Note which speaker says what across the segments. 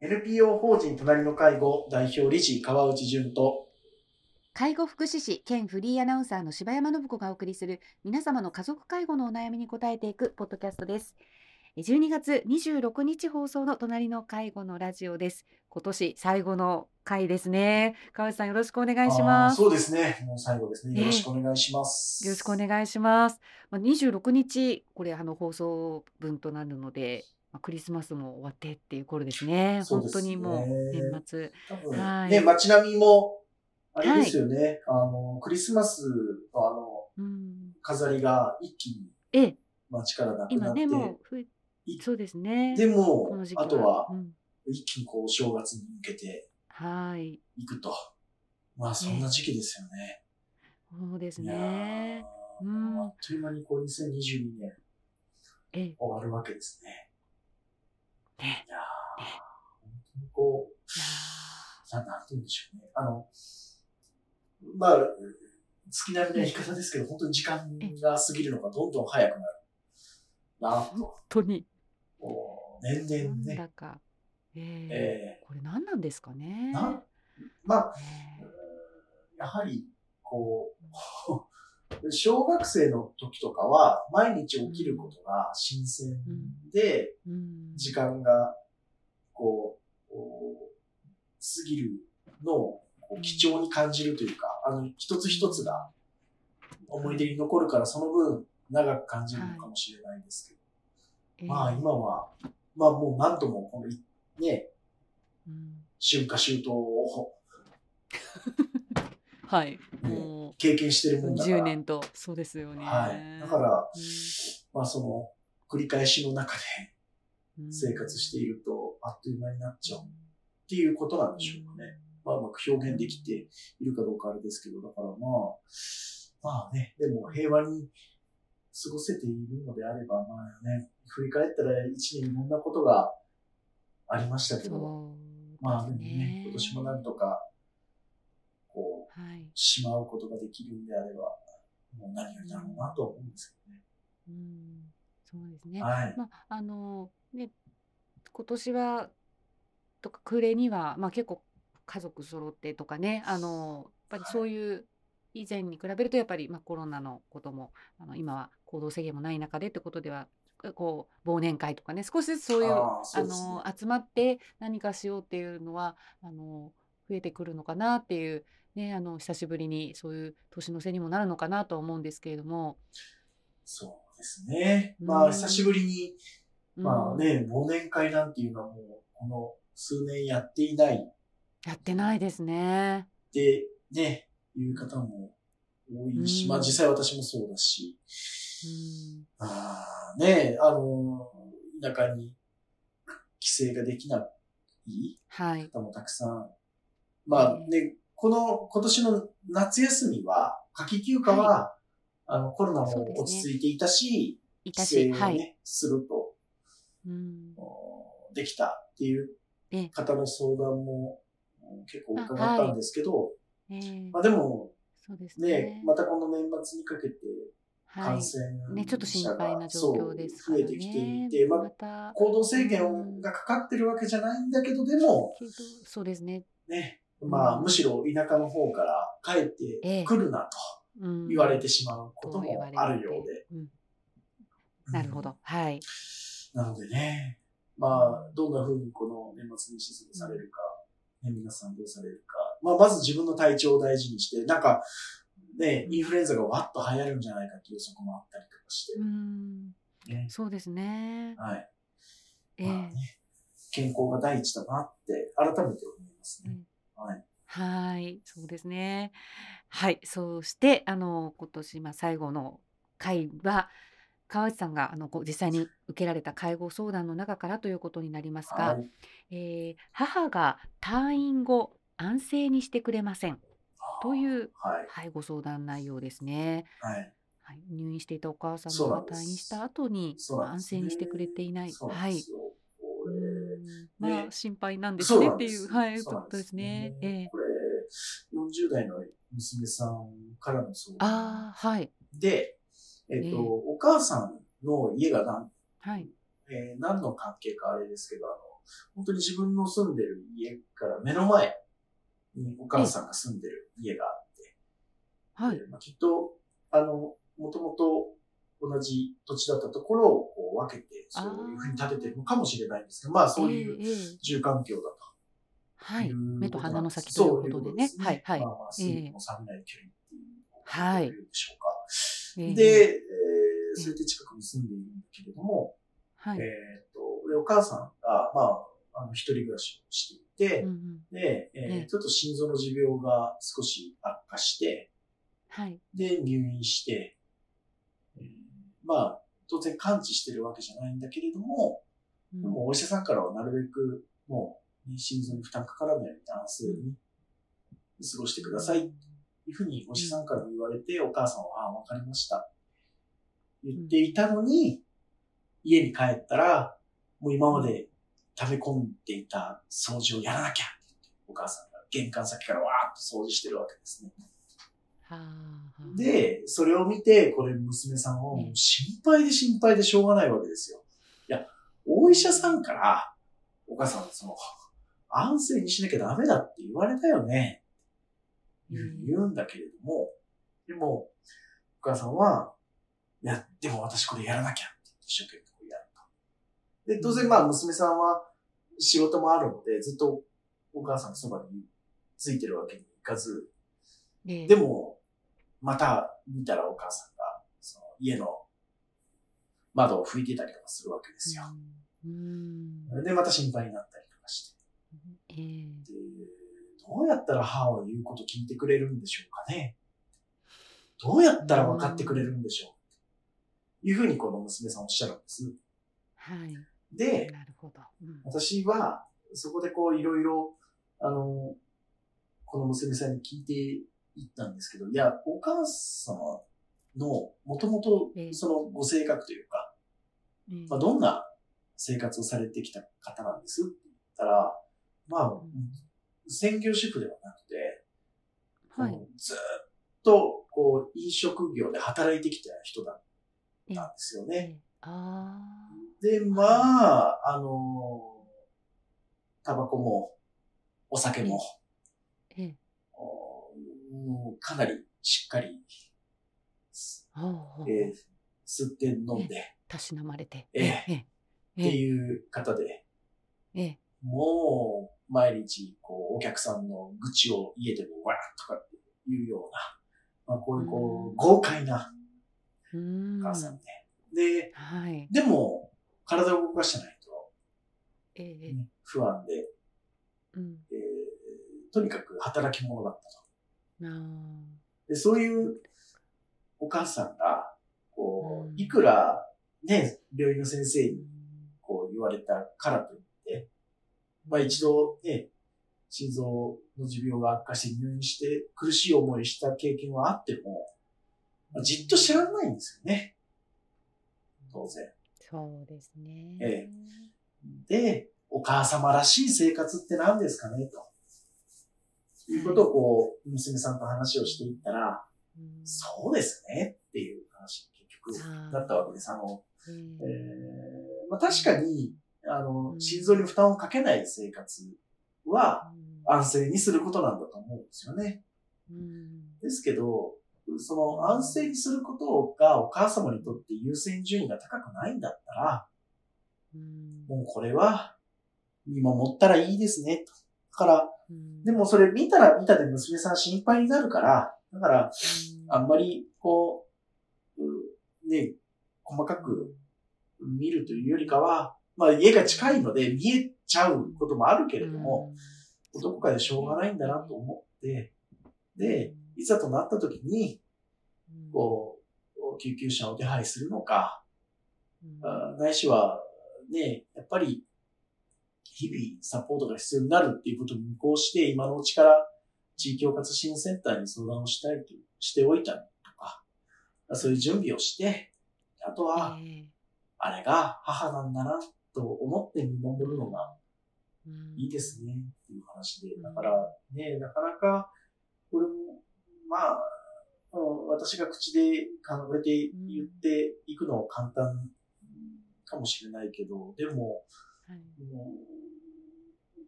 Speaker 1: NPO 法人隣の介護代表理事川内淳と
Speaker 2: 介護福祉士兼フリーアナウンサーの柴山信子がお送りする皆様の家族介護のお悩みに答えていくポッドキャストです12月26日放送の隣の介護のラジオです今年最後の回ですね川内さんよろしくお願いします
Speaker 1: そうですねもう最後ですねよろしくお願いします、
Speaker 2: よろしくお願いします。まあ、26日、これ、あの放送分となるので、まあ、クリスマスも終わってっていう頃ですね。
Speaker 1: そうで
Speaker 2: 本
Speaker 1: す
Speaker 2: 当
Speaker 1: ね
Speaker 2: にもう年末。
Speaker 1: 多分、
Speaker 2: はい
Speaker 1: ね、街並みも、あれですよね、あの、クリスマスのあの、
Speaker 2: うん、
Speaker 1: 飾りが一気に
Speaker 2: ええ、
Speaker 1: 街からなくな
Speaker 2: 今
Speaker 1: って、
Speaker 2: ね、もうふ
Speaker 1: い、
Speaker 2: そうですね。
Speaker 1: で
Speaker 2: こ
Speaker 1: も
Speaker 2: の時、期
Speaker 1: あとは
Speaker 2: う、ん
Speaker 1: 一気にこう、正月に向けて
Speaker 2: はい。
Speaker 1: いくと。まあ、そんな時期ですよね。
Speaker 2: そうです
Speaker 1: いやー
Speaker 2: ね。うん
Speaker 1: あっという間にこう、2022年
Speaker 2: ええ、
Speaker 1: 終わるわけですね。
Speaker 2: ね。
Speaker 1: いやー
Speaker 2: ね
Speaker 1: 本当にこう、
Speaker 2: いや
Speaker 1: ななんて言うんでしょうね。あの、まあ、好きなりの言い方ですけど、本当に時間が過ぎるのがどんどん早くなるなぁと。
Speaker 2: ー本当に、
Speaker 1: もう年
Speaker 2: な
Speaker 1: 々
Speaker 2: ん
Speaker 1: ね。
Speaker 2: だか。ええ
Speaker 1: え
Speaker 2: これ何なんですかね。
Speaker 1: ーなんまあ、
Speaker 2: ね
Speaker 1: やはり、こう、 小学生の時とかは、毎日起きることが新鮮で、
Speaker 2: うん
Speaker 1: 時間が、こう、こう過ぎるのをこう貴重に感じるというか、あの、一つ一つが思い出に残るから、その分長く感じるのかもしれないですけど、
Speaker 2: ええ
Speaker 1: まあ今は、まあもう何度もこのい、ね、
Speaker 2: うん
Speaker 1: 春夏秋冬を
Speaker 2: はい。
Speaker 1: ね
Speaker 2: もう。
Speaker 1: 経験してるもんだから。
Speaker 2: 10年とそうですよね。
Speaker 1: はい。だから、
Speaker 2: うん
Speaker 1: まあその、繰り返しの中で
Speaker 2: うん
Speaker 1: 生活していると、あっという間になっちゃうっていうことなんでしょうかね。まあ、うまく表現できているかどうかあれですけど、だからまあ、まあね、でも平和に過ごせているのであれば、まあね、振り返ったら一年いろんなことがありましたけど、
Speaker 2: そう
Speaker 1: まあでも
Speaker 2: です
Speaker 1: ね、今年もなんとか、こう、
Speaker 2: はい。
Speaker 1: しまうことができるんであれば、もう何よりだろうなとは思うんですけどね。
Speaker 2: うん、そうですね。
Speaker 1: はい。
Speaker 2: まああのね今年はとか暮れにはまあ結構家族揃ってとかねあのやっぱりそういう以前に比べるとやっぱりまあコロナのこともあの今は行動制限もない中でってことではこう忘年会とかね少しずつそういう
Speaker 1: ああそ
Speaker 2: あ
Speaker 1: うですね
Speaker 2: の集まって何かしようっていうのはあの増えてくるのかなっていう、ね、あの久しぶりにそういう年の瀬にもなるのかなとは思うんですけれども。
Speaker 1: そうですね。ま
Speaker 2: う
Speaker 1: あ、
Speaker 2: ん
Speaker 1: 久しぶりに
Speaker 2: うん
Speaker 1: まあね、忘年会なんていうのはもう、この数年やっていないっ
Speaker 2: やってないですね。
Speaker 1: てね、いう方も多いし、
Speaker 2: うん
Speaker 1: まあ実際私もそうだし、
Speaker 2: うん
Speaker 1: あーね、あの、田舎に帰省ができない
Speaker 2: はい。
Speaker 1: 方もたくさん、まあね、この今年の夏休みは、夏季休暇は、あのコロナ
Speaker 2: そうです
Speaker 1: も
Speaker 2: ね
Speaker 1: 落ち着いていたし、
Speaker 2: いた
Speaker 1: 帰
Speaker 2: し、
Speaker 1: 省を
Speaker 2: はい。
Speaker 1: ね、すると
Speaker 2: うん、
Speaker 1: できたっていう
Speaker 2: ええ
Speaker 1: 方の相談もうん結構伺ったんですけど、
Speaker 2: ええ
Speaker 1: まあでも
Speaker 2: そうですね。
Speaker 1: ね、またこの年末にかけて
Speaker 2: は
Speaker 1: 感
Speaker 2: い。
Speaker 1: 染者が、
Speaker 2: ね、ちょっと心配な状況ですから
Speaker 1: そう増えてきて
Speaker 2: ね
Speaker 1: い。て、まあ
Speaker 2: ま、た、
Speaker 1: 行動制限がかかってるわけじゃないんだけど、でも、
Speaker 2: けどそうですね。
Speaker 1: ね、まあ、
Speaker 2: うん
Speaker 1: むしろ田舎の方から帰ってくるな
Speaker 2: うん
Speaker 1: と言われてしまうこと
Speaker 2: と言
Speaker 1: も
Speaker 2: われて
Speaker 1: あるようで。
Speaker 2: うんなるほど。はい。
Speaker 1: なのでね、まあ、どんな風にこの年末年始過ごされるか、ね、皆さんどうされるか、まあ、まず自分の体調を大事にして、なんか、ね、インフルエンザがわっと流行るんじゃないかという予測もあったりとかし
Speaker 2: うん、
Speaker 1: て、ね、
Speaker 2: そうですね。
Speaker 1: はい。
Speaker 2: ええ
Speaker 1: まあね、健康が第一だなって、改めて思いますね。はい。
Speaker 2: はい、そうですね。はい、そしてあの今年まあ最後の会は川内さんがあのこう実際に受けられた介護相談の中からということになりますが、
Speaker 1: はい。
Speaker 2: えー母が退院後安静にしてくれませんと
Speaker 1: う。
Speaker 2: いう
Speaker 1: はい。
Speaker 2: はいご相談内容ですね。
Speaker 1: はい。
Speaker 2: はい、入院していたお母さん
Speaker 1: そうな
Speaker 2: が
Speaker 1: んです
Speaker 2: 退院した後に、
Speaker 1: そう
Speaker 2: まあ
Speaker 1: なんで
Speaker 2: 安
Speaker 1: すね
Speaker 2: 静にしてくれていない。
Speaker 1: そうな
Speaker 2: は
Speaker 1: ん
Speaker 2: い
Speaker 1: で。すよ。こ
Speaker 2: う
Speaker 1: れ
Speaker 2: んま
Speaker 1: ね
Speaker 2: あ心配なんです
Speaker 1: そう
Speaker 2: ね
Speaker 1: な
Speaker 2: っ
Speaker 1: ん
Speaker 2: て
Speaker 1: で
Speaker 2: い
Speaker 1: す
Speaker 2: うはい
Speaker 1: そう
Speaker 2: こ
Speaker 1: なん
Speaker 2: とですね。ええ
Speaker 1: これ、40代の娘さんからの相談
Speaker 2: ああはい
Speaker 1: で、えっ、と、
Speaker 2: ええ
Speaker 1: お母さんの家がなん、
Speaker 2: はい。
Speaker 1: えー何の関係かあれですけど、あの、本当に自分の住んでる家から目の前にお母さんが住んでる家があって、
Speaker 2: はい。
Speaker 1: でまあ、きっと、あの、もともと同じ土地だったところをこう分けて、そういうふうに建ててるのかもしれないんですけど、まあそういう
Speaker 2: ええええ
Speaker 1: 住環境だと
Speaker 2: は
Speaker 1: いう
Speaker 2: い
Speaker 1: こと。なんです。
Speaker 2: 目と鼻の先ということでね
Speaker 1: そうい
Speaker 2: はいはい
Speaker 1: まあまあ、水分も冷めない距離っていう
Speaker 2: は
Speaker 1: とい。
Speaker 2: い
Speaker 1: うんでしょうか。
Speaker 2: ええ
Speaker 1: で、えー、それで近くに住んでいるんだけれども、
Speaker 2: はい。
Speaker 1: えーっと、でお母さんが、まあ、あの、一人暮らしをしていて、
Speaker 2: うんうん
Speaker 1: で、えー
Speaker 2: ええ
Speaker 1: ちょっと心臓の持病が少し悪化して、
Speaker 2: はい。
Speaker 1: で、入院して、えーまあ、当然完治してるわけじゃないんだけれども、
Speaker 2: うん
Speaker 1: でもお医者さんからはなるべく、もうね、心臓に負担かからないように安静に過ごしてください。っていうふうにお医者さんから言われて、お母さんは、ああ、わかりました。言っていたのに、家に帰ったら、もう今まで溜め込んでいた掃除をやらなきゃって言ってお母さんが玄関先からわーっと掃除してるわけですね。
Speaker 2: はあはあ、
Speaker 1: で、それを見て、これ娘さんはもう心配で心配でしょうがないわけですよ。いや、お医者さんから、お母さんはその、安静にしなきゃダメだって言われたよね。いうふうに言うんだけれども、でも、お母さんは、いや、でも私これやらなきゃって一生懸命こうやると。で、当然まあ娘さんは仕事もあるので、ずっとお母さんのそばについてるわけにいかず、
Speaker 2: で
Speaker 1: でも、また見たらお母さんが、その家の窓を拭いてたりとかするわけですよ。
Speaker 2: うん。うん
Speaker 1: で、また心配になったりとかして。
Speaker 2: ええ
Speaker 1: でどうやったら母は言うこと聞いてくれるんでしょうかね。どうやったら分かってくれるんでしょう。いうふうにこの娘さんおっしゃるんです。
Speaker 2: はい。
Speaker 1: で、
Speaker 2: なるほど。うん
Speaker 1: 私は、そこでこういろいろ、あの、この娘さんに聞いていったんですけど、いや、お母様の、もともと
Speaker 2: え、え
Speaker 1: そのご性格というか、
Speaker 2: ええ
Speaker 1: まあ、どんな生活をされてきた方なんですって言ったら、まあ、専業主婦ではなくて、
Speaker 2: はい。
Speaker 1: こうずっと、こう、飲食業で働いてきた人だったんですよね。
Speaker 2: ええあ
Speaker 1: で、まあ、あのタバコも、お酒も、
Speaker 2: ーええ
Speaker 1: おもうかなりしっかり、す
Speaker 2: ああ。
Speaker 1: えー吸って飲んで
Speaker 2: たしなまれて。
Speaker 1: え
Speaker 2: ええ
Speaker 1: って
Speaker 2: え
Speaker 1: いう方で、
Speaker 2: ええ
Speaker 1: もう、毎日、こう、お客さんの愚痴を家でもわーとかっていうような、まあ、こういう、こ
Speaker 2: うん
Speaker 1: う、豪快な
Speaker 2: え。うん。
Speaker 1: 母さ
Speaker 2: は
Speaker 1: んで、で、
Speaker 2: い。
Speaker 1: でも、体を動かしてない
Speaker 2: ええ
Speaker 1: と、ね不安で、
Speaker 2: うん。
Speaker 1: えーとにかく働き者だったと。
Speaker 2: ああ。
Speaker 1: で、そういうお母さんが、こう
Speaker 2: う、ん
Speaker 1: いくら、ね、病院の先生
Speaker 2: う
Speaker 1: に
Speaker 2: ん
Speaker 1: こう言われたからといって、まあ一度ね、心臓の持病が悪化して入院して苦しい思いした経験はあっても、まあ、じっと知らないんですよね。当然。
Speaker 2: そうですね。
Speaker 1: ええで、お母様らしい生活って何ですかねと。いうことをこう、娘さんと話をしていったら、
Speaker 2: うん
Speaker 1: そうですねっていう話、結
Speaker 2: あ
Speaker 1: 局、
Speaker 2: ー
Speaker 1: だったわけです。あの、
Speaker 2: え
Speaker 1: え
Speaker 2: え
Speaker 1: ーまあ、確かに、あの
Speaker 2: う、ん
Speaker 1: 心臓に負担をかけない生活は
Speaker 2: うん
Speaker 1: 安静にすることなんだと思うんですよね。
Speaker 2: うん
Speaker 1: ですけど、その安静にすることがお母様にとって優先順位が高くないんだったら、
Speaker 2: うん
Speaker 1: もうこれは見守ったらいいですね。とだから、
Speaker 2: うん
Speaker 1: でもそれ見たら見たで娘さん心配になるから、だから、あんまり、こう、うんね、細かく見るというよりかは、まあ家が近いので見えちゃうこともあるけれども、どこかでしょうがないんだなと思って、で、いざとなった時に、
Speaker 2: うん、
Speaker 1: こう、救急車を手配するのか、
Speaker 2: うん
Speaker 1: あないしは、ね、やっぱり、日々サポートが必要になるっていうことを見越して、今のうちから地域包括支援センターに相談をしたいとしておいたりとか、そういう準備をして、あとは、
Speaker 2: ええ
Speaker 1: あれが母なんだなと思って見守るのが
Speaker 2: うん
Speaker 1: いいですねっていう話で、だからね、なかなか、これも、まあ、うん私が口で考えて言っていくのは簡単かもしれないけど、でも、
Speaker 2: はい
Speaker 1: も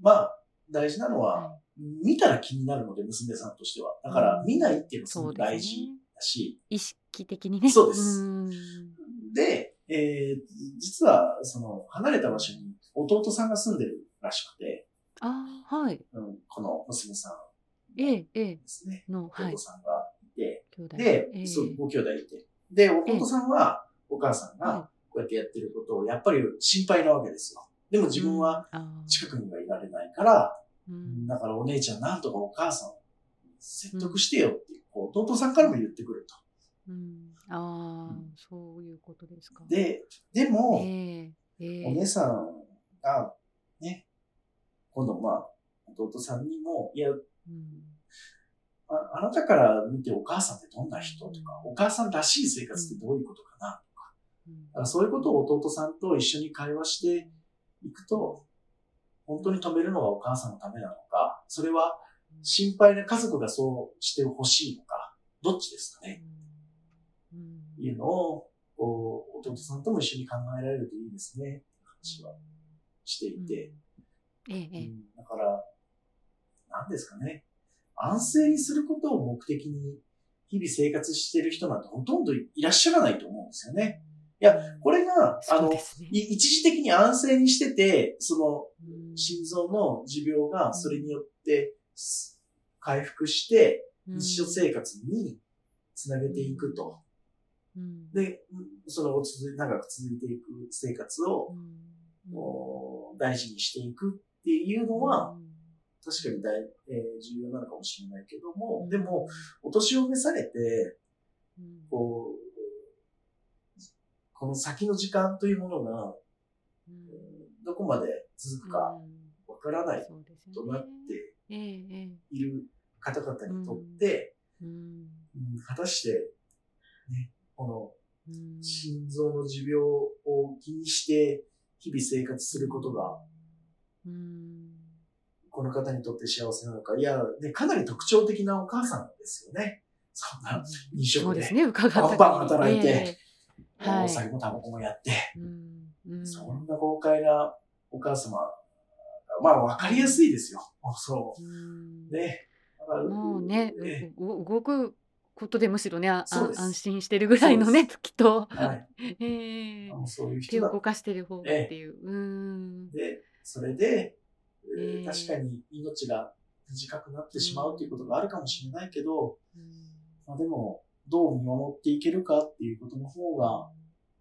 Speaker 1: まあ、大事なのは、
Speaker 2: は
Speaker 1: 見たら気になるので、娘さんとしては。だから
Speaker 2: う、ん
Speaker 1: 見ないっていうの
Speaker 2: い
Speaker 1: はすご
Speaker 2: そう
Speaker 1: く
Speaker 2: で
Speaker 1: 大
Speaker 2: す
Speaker 1: 事
Speaker 2: ね。
Speaker 1: だし、
Speaker 2: 意識的にね。
Speaker 1: そうです
Speaker 2: うん
Speaker 1: で、えー実は、その、離れた場所に弟さんが住んでるらしくて、
Speaker 2: ああ、はい。
Speaker 1: うん、この娘さん
Speaker 2: ええ、ええ、
Speaker 1: ですね。
Speaker 2: の、はい
Speaker 1: 弟。さんがいて、
Speaker 2: 兄弟。
Speaker 1: で、
Speaker 2: ええ
Speaker 1: そう、ご兄弟いて。で、弟さんは、お母さんが
Speaker 2: は、
Speaker 1: こうやってやってることを、やっぱり心配なわけですよ。でも自分は、
Speaker 2: あー
Speaker 1: 近くにはいられないから、
Speaker 2: うん
Speaker 1: だからお姉ちゃんなんとかお母さんを説得してよっていう、こう弟さんからも言ってくると。
Speaker 2: うん、あ
Speaker 1: う
Speaker 2: あ、
Speaker 1: ん
Speaker 2: そういうことですか。
Speaker 1: で、で
Speaker 2: え
Speaker 1: も、
Speaker 2: え、ええ、
Speaker 1: お姉さんが、ね、今度まあ、弟さんにも、いや、
Speaker 2: うん
Speaker 1: ああなたから見てお母さんってどんな人とか、お母さんらしい生活ってどういうことかな。
Speaker 2: うん
Speaker 1: だからそういうことを弟さんと一緒に会話していくと、本当に止めるのがお母さんのためなのか、それは心配な家族がそうしてほしいのか、どっちですかね。
Speaker 2: うんうん
Speaker 1: いうのを、こう弟さんとも一緒に考えられるといいですね、話はしていて。
Speaker 2: うんええ、
Speaker 1: う
Speaker 2: ええ、
Speaker 1: んだから、何ですかね。安静にすることを目的に、日々生活してる人なんてほとんどいらっしゃらないと思うんですよね。いや、これが、あ
Speaker 2: そう
Speaker 1: の
Speaker 2: で、すね。
Speaker 1: い一時的に安静にしてて、その、
Speaker 2: うん
Speaker 1: 心臓の持病がそれによってす回復して、日常生活につなげていくと。
Speaker 2: うん
Speaker 1: で、その続い長く続いていく生活を、
Speaker 2: うん
Speaker 1: お大事にしていくっていうのは、確かに大、えー重要なのかもしれないけども、でも、、お年を召されて、
Speaker 2: うん
Speaker 1: こう、この先の時間というものが、
Speaker 2: う
Speaker 1: え
Speaker 2: ん
Speaker 1: ーどこまで続くか
Speaker 2: うん
Speaker 1: わからない
Speaker 2: そうですよね
Speaker 1: となって
Speaker 2: ええ、え
Speaker 1: いる方々にとって、
Speaker 2: え、うん
Speaker 1: うん果たして、ね、この
Speaker 2: うん
Speaker 1: 心臓の持病を気にして、日々生活することが
Speaker 2: うん
Speaker 1: この方にとって幸せなのか。いや、ね、かなり特徴的なお母さんですよね。そんな、飲食で
Speaker 2: そうですね、伺った限り。
Speaker 1: バンバン働いて
Speaker 2: ええはい
Speaker 1: お酒もタバコもやって、
Speaker 2: えうんうん
Speaker 1: そんな豪快なお母様が、まあ、わかりやすいですよ。そ
Speaker 2: うん
Speaker 1: う。ね。だから
Speaker 2: もうね、
Speaker 1: ね
Speaker 2: うう動くことでむしろね、あ
Speaker 1: そうです
Speaker 2: 安心してるぐらいのね、きっと、
Speaker 1: はい。
Speaker 2: ええ
Speaker 1: あのそういう人
Speaker 2: 手
Speaker 1: だ
Speaker 2: を動かしてる方がっていう。うーん。
Speaker 1: で、それで、えー
Speaker 2: えー
Speaker 1: 確かに命が短くなってしまうということがあるかもしれないけど、まあ、でも、どう見守っていけるかっていうことの方が、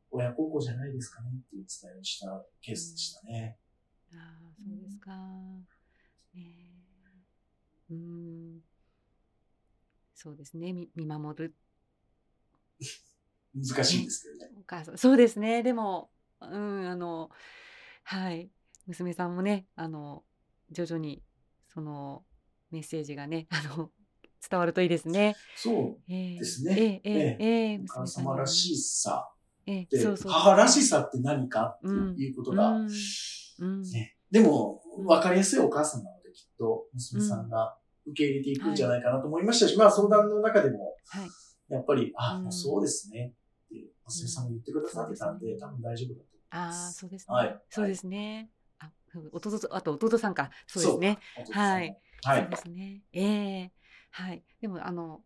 Speaker 1: 親孝行じゃないですかねっていう伝えをしたケースでしたね。
Speaker 2: ああ、そうですか。ええうん。そうですね、み見守る
Speaker 1: 難しいんですけどね。
Speaker 2: お母さん。そうですね、でも、うん、あの、はい、娘さんもね、あの、徐々に、その、メッセージがね、あの、伝わるといいですね。
Speaker 1: そう。
Speaker 2: ええ
Speaker 1: ですね
Speaker 2: ええええええ
Speaker 1: お母
Speaker 2: 娘さんに
Speaker 1: 様らしさ
Speaker 2: ええ
Speaker 1: で、
Speaker 2: そうそう
Speaker 1: 母らしさって何かっていうことが、
Speaker 2: うんうん
Speaker 1: ね、でも、
Speaker 2: うん
Speaker 1: 分かりやすいお母さんなので、きっと娘さんが受け入れていくんじゃないかなと思いましたし、まあ相談の中でも、
Speaker 2: はい
Speaker 1: やっぱり、あ、
Speaker 2: うん
Speaker 1: もうそうですねって娘さんも言ってくださってたんで、
Speaker 2: うん
Speaker 1: 多分大丈夫だと
Speaker 2: ああ、そうですね。
Speaker 1: はい
Speaker 2: そうですね。あ、そう弟と、あと弟さんか。そうですね。
Speaker 1: 思ってますね。は
Speaker 2: そう
Speaker 1: い
Speaker 2: で。すね。ええはい。でも、あの、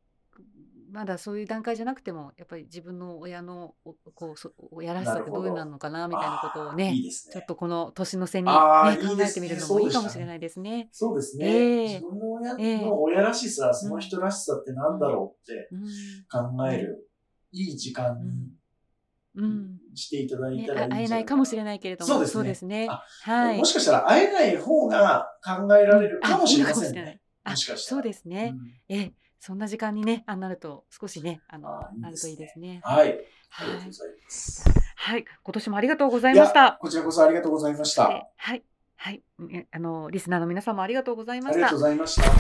Speaker 2: まだそういう段階じゃなくても、やっぱり自分の親の、おこう、そ親らしさってどういうなのかなみたいなことを
Speaker 1: あ
Speaker 2: ね、
Speaker 1: ーいいです
Speaker 2: ちょ
Speaker 1: ね
Speaker 2: っ。とこの年の瀬に、ね、
Speaker 1: あーいい
Speaker 2: 考
Speaker 1: で
Speaker 2: え
Speaker 1: す
Speaker 2: て
Speaker 1: ね
Speaker 2: みるの
Speaker 1: そう
Speaker 2: もい
Speaker 1: でし
Speaker 2: い
Speaker 1: た
Speaker 2: か
Speaker 1: ね
Speaker 2: もしれないですね。
Speaker 1: そうですね。
Speaker 2: ええ
Speaker 1: 自分の親
Speaker 2: ええ
Speaker 1: の親らしさ、その人らしさってなんだろうって
Speaker 2: うん。
Speaker 1: 考える、いい時間に
Speaker 2: うん。
Speaker 1: していただい
Speaker 2: ね
Speaker 1: たらいい
Speaker 2: あ
Speaker 1: んじゃ
Speaker 2: 会えないいかもし
Speaker 1: な
Speaker 2: れないけれども、
Speaker 1: そうですね
Speaker 2: ね
Speaker 1: あ
Speaker 2: はい。
Speaker 1: もしかしたら会えない方が考えられるかもしれません
Speaker 2: あいいのかもしれな
Speaker 1: ね
Speaker 2: い。あ
Speaker 1: もしかした
Speaker 2: そ
Speaker 1: ら
Speaker 2: うですね。
Speaker 1: うん
Speaker 2: え、そんな時間にね、あなると少しね、あの、
Speaker 1: あいい
Speaker 2: あ
Speaker 1: で
Speaker 2: る
Speaker 1: す
Speaker 2: と
Speaker 1: ね
Speaker 2: いいですね。
Speaker 1: はい。あ
Speaker 2: は
Speaker 1: りがとうご
Speaker 2: い、
Speaker 1: ざいます。
Speaker 2: はい、今年もありがとうございました。
Speaker 1: こちらこそありがとうございました。
Speaker 2: ではい、はい、みあのリスナーの皆様ありがとうございま
Speaker 1: あ
Speaker 2: し
Speaker 1: りが
Speaker 2: た
Speaker 1: とう。ございました。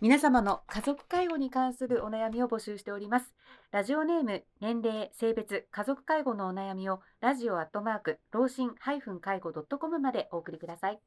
Speaker 2: 皆様の家族介護に関するお悩みを募集しております。ラジオネーム、年齢、性別、家族介護のお悩みをラジオアットマーク、老人介護 .com までお送りください。